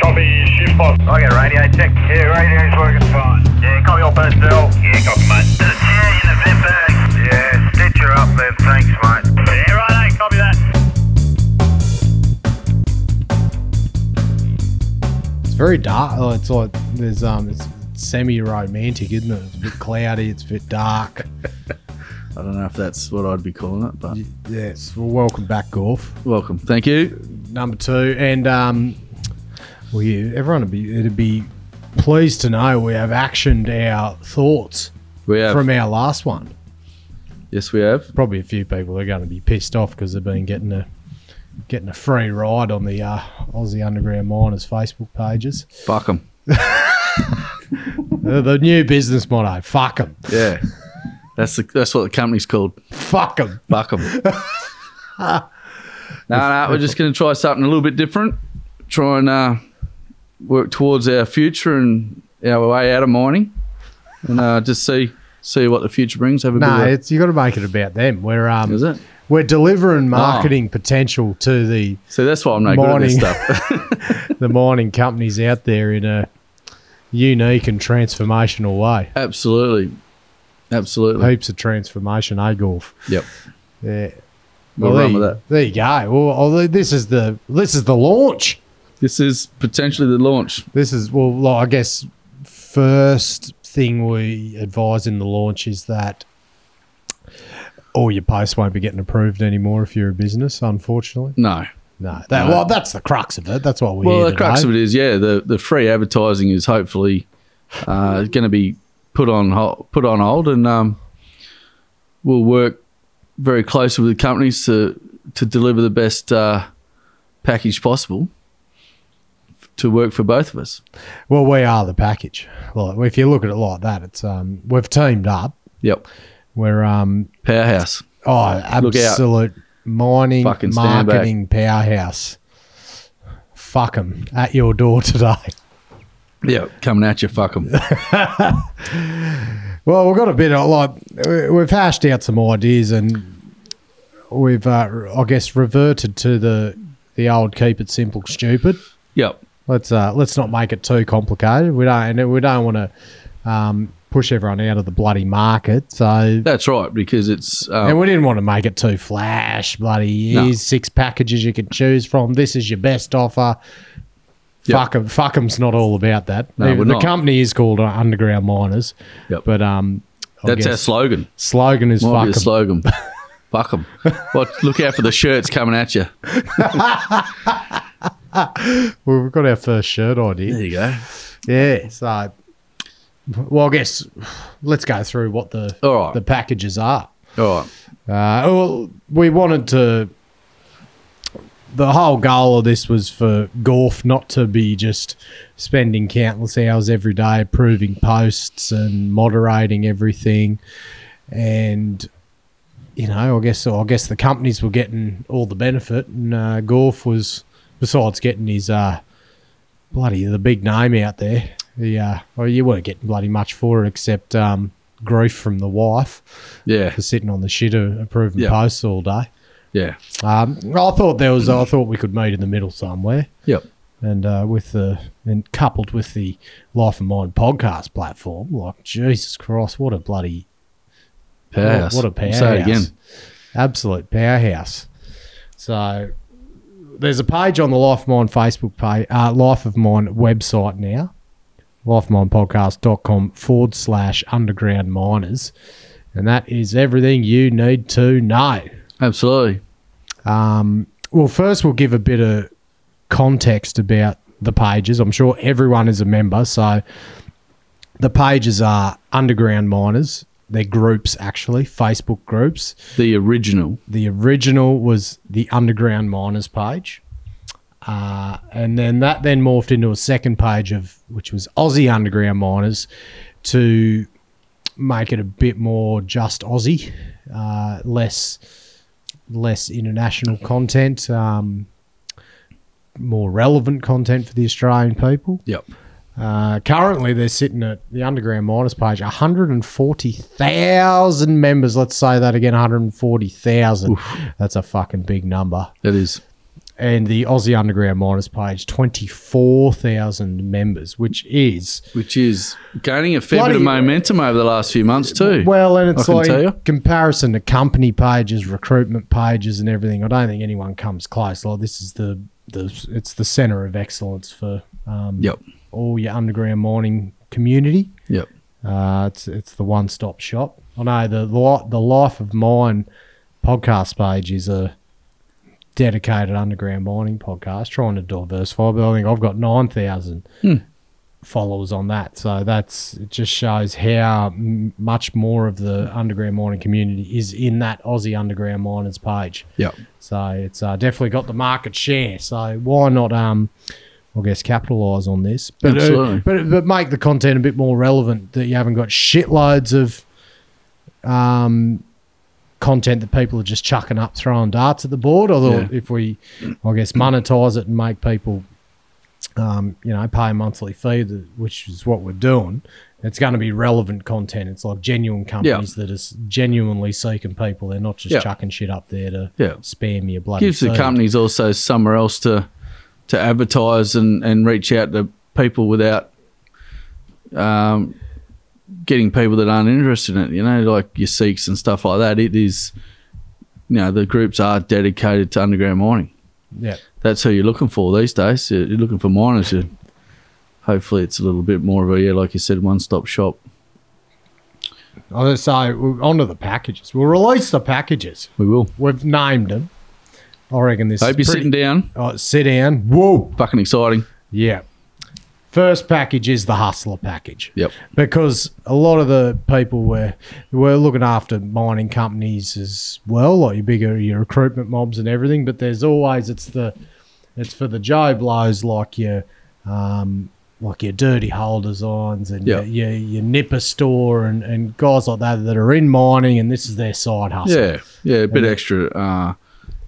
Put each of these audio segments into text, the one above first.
copy, shift box. Okay, radio check. Yeah, radio's working fine. Yeah, copy all personnel. Yeah, copy, mate. There's a chair in the vent bag. Yeah, stitch her up there, thanks, mate. Yeah, right, copy that. It's very dark. Oh, it's like there's um, it's semi-romantic, isn't it? It's a bit cloudy. It's a bit dark. I don't know if that's what I'd be calling it, but Y- yes. Well, welcome back, Gorf. welcome. Thank you. Number two, and um, well, you everyone would be it'd be pleased to know we have actioned our thoughts We have from our last one. yes, we have. Probably a few people are going to be pissed off because they've been getting a getting a free ride on the uh, Aussie Underground Miners Facebook pages. Fuck 'em. The, the new business motto: "Fuck them, Yeah, that's the, that's what the company's called. fuck them." Fuck 'em. no, no, we're just going to try something a little bit different. Try and uh, work towards our future and our way out of mining, and uh, just see see what the future brings. Have a No, bit it's you got to make it about them. We're um, of, is it? Oh. we're delivering marketing potential to the So that's why I'm no good at this Mining. stuff. the mining companies out there in a unique and transformational way. Absolutely, absolutely. Heaps of transformation, eh, golf? Yep. Yeah. We'll there, run you- with that. there you go. Well, although this is the this is the launch. This is potentially the launch. This is well, like, I guess first thing we advise in the launch is that all your posts won't be getting approved anymore if you're a business. Unfortunately, No. no. That, No. Well, that's the crux of it. That's what we. Well, here the crux today. of it is, yeah, the, the free advertising is hopefully uh, going to be put on ho- put on hold, and um, we'll work very closely with the companies to to deliver the best uh, package possible f- to work for both of us. Well, we are the package. Like, if you look at it like that, it's um, we've teamed up. Yep, We're um, powerhouse. oh, Look out. absolute mining Fucking stand back. marketing powerhouse. Fuck 'em at your door today. Yep, coming at you, fuck 'em. Well, we've got a bit of like we- we've hashed out some ideas and we've, uh, I guess, reverted to the the old keep it simple, stupid. yep, Let's uh, let's not make it too complicated. We don't and we don't want to um, push everyone out of the bloody market. So that's right because it's um, And we didn't want to make it too flash, bloody. No. Here's six packages you can choose from. This is your best offer. Yep. Fuck 'em. Fuck 'em's not all about that. No, we're the not. company is called uh, Underground Miners. Yep. But um, I that's our guess slogan. slogan is Might fuck be 'em. a slogan. fuck 'em. What? Look out for the shirts coming at you. Well, we've got our first shirt idea. There you go. Yeah. So, well, I guess let's go through what the All right. the packages are. All right. Uh, well, we wanted to. The whole goal of this was for Gorf not to be just spending countless hours every day approving posts and moderating everything, and you know, I guess I guess the companies were getting all the benefit, and uh, Gorf was besides getting his uh, bloody the big name out there. The uh, well, you weren't getting bloody much for it except um, grief from the wife Yeah. for sitting on the shit of approving Yeah. posts all day. Yeah. Um, I thought there was. I thought we could meet in the middle somewhere, Yep. and uh, with the and coupled with the Life of Mind podcast platform, like Jesus Christ, what a bloody Powerhouse. What, what a powerhouse! Say it again. Absolute powerhouse. So there's a page on the Life of Mine Facebook page, uh, Life of Mine website now, lifeofminepodcast.com forward slash underground miners. And that is everything you need to know. Absolutely. Um, well, first, we'll give a bit of context about the pages. I'm sure everyone is a member. So the pages are underground miners. They're groups, actually, Facebook groups. The original. The original was the underground miners page. Uh, and then that then morphed into a second page of which was Aussie underground miners to make it a bit more just Aussie, uh, less less international content, um, more relevant content for the Australian people. Yep. Uh, currently, they're sitting at the Underground Miners page, 140,000 members. Let's say that again 140,000. That's a fucking big number. That is. and the Aussie Underground Miners page, 24,000 members, which is. which is gaining a fair bit Bloody- of momentum over the last few months too. Well, and I it's can tell you. like comparison to company pages, recruitment pages, and everything. I don't think anyone comes close. Like this is the the it's the center of excellence for um, Yep. all your underground mining community. Yep. Uh, it's it's the one stop shop. I know the li- the life of mine podcast page is a dedicated underground mining podcast, trying to diversify. But I think I've got nine thousand Hmm. followers on that, so that's it. Just shows how m- much more of the underground mining community is in that Aussie underground miners page. Yep. So it's uh, definitely got the market share. So why not? Um, I guess capitalise on this, but uh, Absolutely. but but make the content a bit more relevant. That you haven't got shitloads of um, content that people are just chucking up, throwing darts at the board. Although Yeah. if we, I guess, monetize it and make people, um, you know, pay a monthly fee, that, which is what we're doing. It's going to be relevant content. It's like genuine companies that is genuinely seeking people. They're not just Yeah. chucking shit up there to Yeah. spam your bloody gives the feed. companies also somewhere else to to advertise and, and reach out to people without um, getting people that aren't interested in it. You know, like your Sikhs and stuff like that. It is, you know, the groups are dedicated to underground mining. Yeah. That's who you're looking for these days. You're you're looking for miners. you hopefully, it's a little bit more of a yeah, like you said, one stop shop. I was gonna say, Oh, we're onto the packages. We'll release the packages. We will. We've named them. I reckon this Hope is you're sitting down. Oh, sit down. Whoa. Fucking exciting. Yeah. First package is the hustler package. Yep. Because a lot of the people were were looking after mining companies as well, like your bigger your recruitment mobs and everything. But there's always it's the it's for the Joe blows like your um, like your dirty hole designs and Yeah. your, your your nipper store and, and guys like that that are in mining and this is their side hustle. Yeah, yeah, a bit extra. Uh,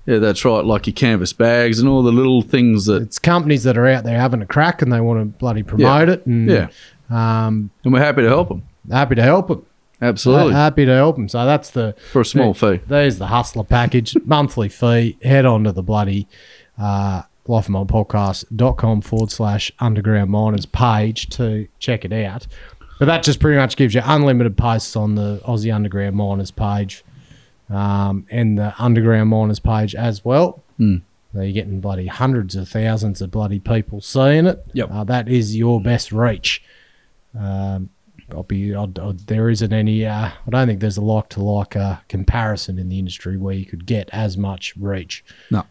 yeah, that's right. Like your canvas bags and all the little things that. It's companies that are out there having a crack and they want to bloody promote it and Yeah, um, and we're happy to help them. happy to help them. Absolutely, Ha- happy to help them. So that's the for a small fee. there's the hustler package, monthly fee. Head on to the bloody uh, lifemodpodcast.com forward slash underground miners page to check it out. But that just pretty much gives you unlimited posts on the Aussie Underground Miners page um, and the Underground Miners page as well. Mm. So you're getting bloody hundreds of thousands of bloody people seeing it. Yep. Mm. Uh, that is your best reach. Um, I'll be. I'd, I'd, there isn't any. Uh, I don't think there's a like to like uh, comparison in the industry where you could get as much reach. No.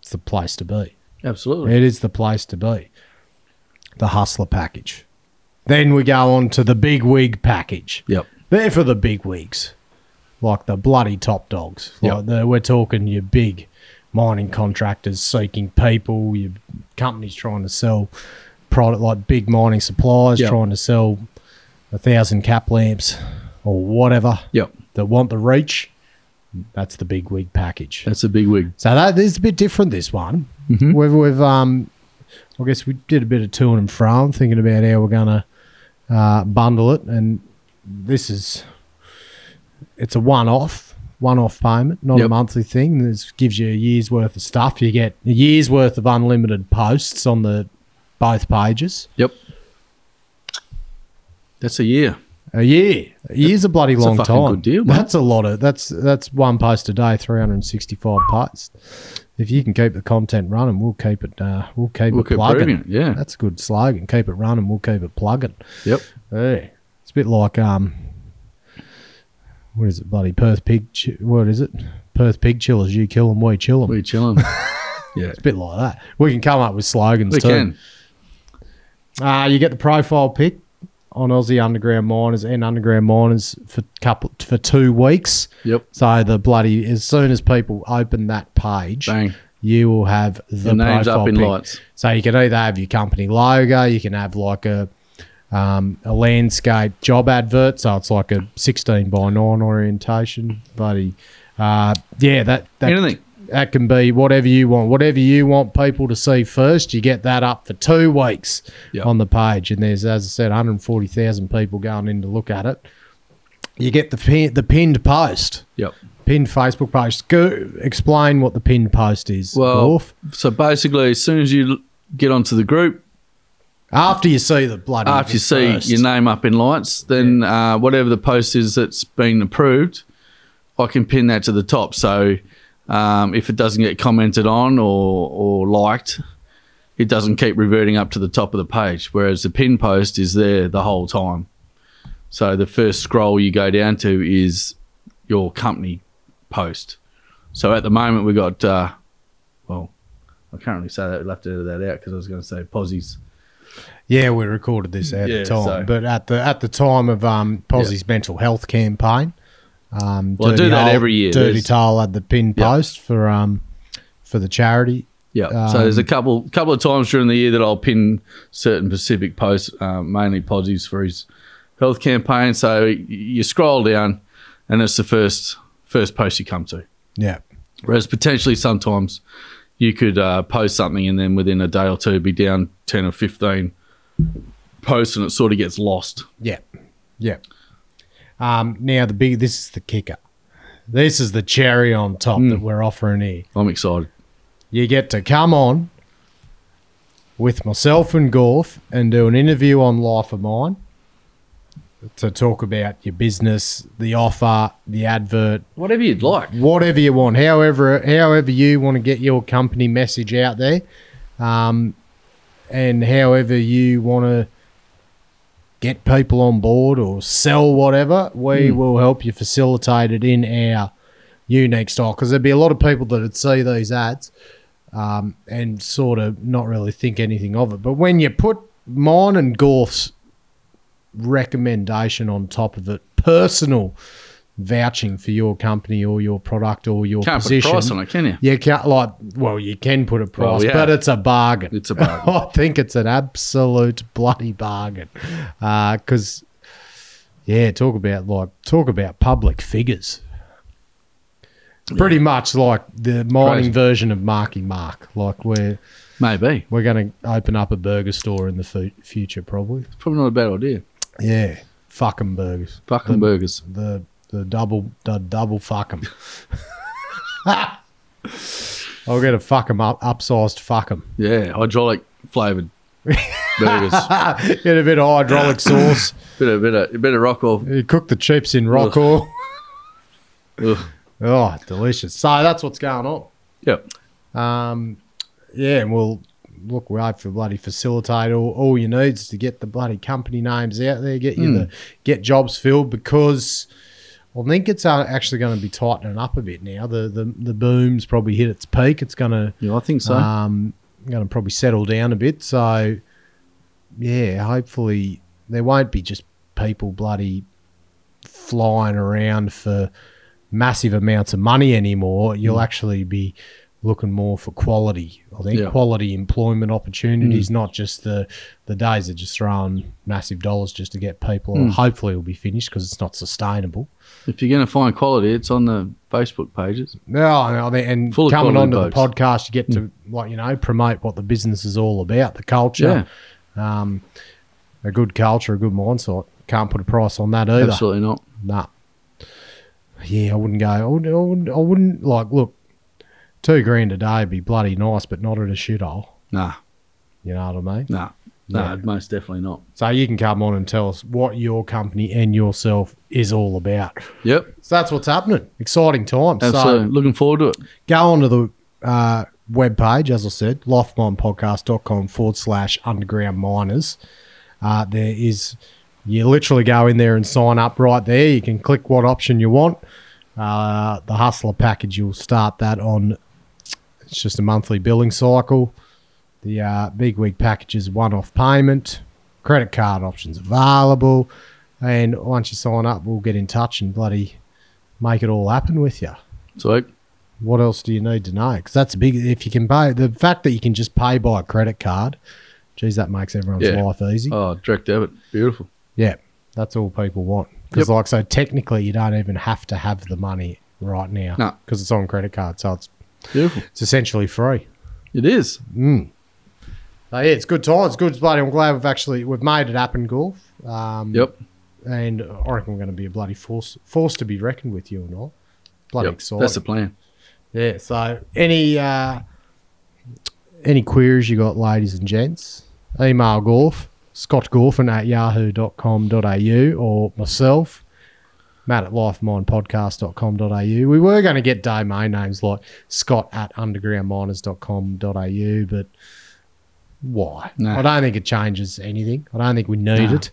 it's the place to be. Absolutely. It is the place to be. The hustler package. Then we go on to the big wig package. Yep. They're for the big wigs, like the bloody top dogs. Yep. Like the, we're talking your big mining contractors seeking people, your companies trying to sell product like big mining suppliers Yep. trying to sell a thousand cap lamps or whatever Yep. that want the reach. That's the big wig package. That's a big wig. So that is a bit different. This one, Mhm. we've, we've um, I guess we did a bit of to and from, thinking about how we're gonna uh, bundle it, and this is it's a one-off, one-off payment, not a Yep. monthly thing. This gives you a year's worth of stuff. You get a year's worth of unlimited posts on the both pages. Yep. That's a year. A year, a year's a bloody That's a long fucking time. good deal, mate. that's a lot of that's that's one post a day, three hundred and sixty-five posts. If you can keep the content running, we'll keep it. Uh, we'll keep We'll it keep plugging. proving it. Yeah. That's a good slogan. Keep it running. We'll keep it plugging. Yep. Hey, it's a bit like um, what is it, bloody Perth pig? Chi- What is it? Perth pig chillers. You kill them, we chill them. We chilling. yeah. It's a bit like that. We can come up with slogans We too. can. Uh, you get the profile pic on Aussie Underground Miners and Underground Miners for couple for two weeks. Yep. So the bloody as soon as people open that page, Bang. you will have the, The, name's profile up in pic. lights. So you can either have your company logo, you can have like a um, a landscape job advert, so it's like a sixteen by nine orientation, buddy. Uh, yeah, that that Anything. that can be whatever you want. Whatever you want people to see first, you get that up for two weeks Yeah. on the page. And there's, as I said, 140,000 people going in to look at it. You get the pin, the pinned post Yep. Pinned Facebook post. Go explain what the pinned post is. Well, Gorf. so basically, as soon as you l- get onto the group, after you see the bloody. after you see first. your name up in lights, then uh, whatever the post is that's been approved, I can pin that to the top. So um, if it doesn't get commented on or, or liked, it doesn't keep reverting up to the top of the page. Whereas the pin post is there the whole time. So the first scroll you go down to is your company post. So at the moment we've got, uh, well, I can't really say that. We'll have to edit that out because I was going to say posies. Yeah, we recorded this at Yeah, the time, so- but at the at the time of um, Posse's mental health campaign, um, Well, I do Dirty that Hole- every year. Dirty There's- Tile had the pin Yeah. post for um for the charity. Yeah. so there's a couple couple of times during the year that I'll pin certain Pacific posts, uh, mainly Podsies for his health campaign. So y- you scroll down, and it's the first first post you come to. Yeah, Whereas potentially sometimes you could uh, post something and then within a day or two be down ten or fifteen posts, and it sort of gets lost. yeah, yeah. Um, now the big this is the kicker. This is the cherry on top Hmm. that we're offering here. I'm excited. You get to come on with myself and Gorf and do an interview on Life of Mine to talk about your business, the offer, the advert, Whatever you'd like. whatever you want, however however you want to get your company message out there, um, and however you want to get people on board or sell whatever, we will help you facilitate it in our unique style. Because there'd be a lot of people that would see these ads um, and sort of not really think anything of it. But when you put mine and Gorf's recommendation on top of it, personal vouching for your company or your product or your Can't position. put a price on it, can you? You can't like well, you can put a price, yeah. but it's a bargain. It's a bargain. I think it's an absolute bloody bargain, because yeah, talk about like talk about public figures. Pretty much like the mining Crazy. version of Marky Mark. Like we're Maybe. we're going to open up a burger store in the fu- future, probably. Probably not a bad idea. Yeah, fuck 'em burgers. Fucking burgers. The the double the double fuck 'em. I'll get a fuck 'em up upsized fuck 'em. Yeah, hydraulic flavored burgers. Get a bit of hydraulic sauce. Bit of bit of bit of rock oil. You cook the chips in Ugh. rock oil. Ugh. Oh, delicious. So that's what's going on. Yep. Um, yeah, and we'll look. We hope to bloody facilitate all, all your needs to get the bloody company names out there, get you the get jobs filled because I think it's uh, actually going to be tightening up a bit now. The the the boom's probably hit its peak. It's going to Yeah, I think so. um, going to probably settle down a bit. So, yeah, hopefully there won't be just people bloody flying around for massive amounts of money anymore. You'll Mm. actually be looking more for quality. I think Yeah. Mm. quality employment opportunities, not just the the days of just throwing massive dollars just to get people. Mm. Hopefully, it'll be finished because it's not sustainable. if you're going to find quality, it's on the Facebook pages. No, no, they- and Full of Hmm. coming quality onto the blokes. podcast, you get to like you know promote what the business is all about, the culture, um, a good culture, a good mindset. Can't put a price on that either. Absolutely not. Nah. Yeah, I wouldn't go. I wouldn't, I wouldn't. I wouldn't like look. Two grand a day would be bloody nice, but not at a shithole. Nah, You know what I mean? nah, nah. Yeah. Most definitely not. So you can come on and tell us what your company and yourself is all about. Yep. So that's what's happening. Exciting times. So Absolutely. Looking forward to it. go onto the uh, webpage, as I said, lifeminepodcast.com forward slash underground miners. Uh, there is, you literally go in there and sign up right there. You can click what option you want. Uh, the hustler package, you'll start that on, it's just a monthly billing cycle. The uh, big week package is one off payment, credit card options available. And once you sign up, we'll get in touch and bloody make it all happen with you So what else do you need to know? Because that's big. If you can pay, the fact that you can just pay by a credit card, geez, that makes everyone's Yeah. life easy. oh, direct debit, beautiful. Yeah, that's all people want. Because, like, so technically, you don't even have to have the money right now No. because it's on credit card, so it's Beautiful. it's essentially free. Mm. It is. So yeah, it's good times, good bloody. I'm glad we've actually we've made it happen, golf. Um, Yep. And I reckon we're going to be a bloody force force to be reckoned with, you and all. bloody Yep, exciting. That's the plan. yeah. So any uh, any queries you got, ladies and gents, email Gorf, Scott Gorfin at yahoo.com.au or myself, Matt at lifeminepodcast.com.au. We were going to get domain names like Scott at undergroundminers.com.au, but why? No. I don't think it changes anything. I don't think we need No. it.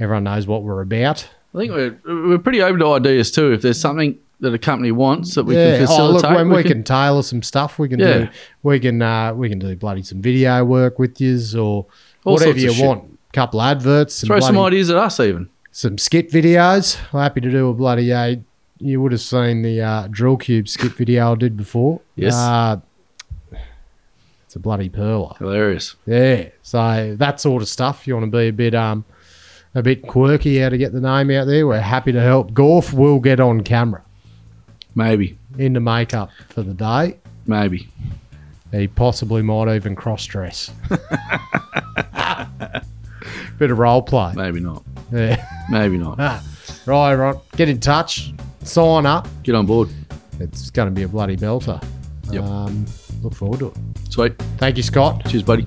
Everyone knows what we're about. I think we're we're pretty open to ideas too. If there's something that a company wants that we can facilitate, Oh, look, when we, we can, tailor some stuff, we can Yeah. do we can uh, we can do bloody some video work with yous or All whatever sorts you of shit. want. Couple adverts, some throw some bloody- ideas at us even. some skit videos. I'm happy to do a bloody uh, you would have seen the uh, drill cube skit video I did before. Yes. Uh, it's a bloody perler. Hilarious. Yeah. So that sort of stuff. You want to be a bit um a bit quirky how to get the name out there. We're happy to help. Gorf will get on camera Maybe, in the makeup for the day. maybe. He possibly might even cross dress. Bit of role play. Maybe not. Yeah. Maybe not. right, right. Get in touch. Sign up. Get on board. It's going to be a bloody belter. Yep. Um, look forward to it. Sweet. Thank you, Scott. Cheers, buddy.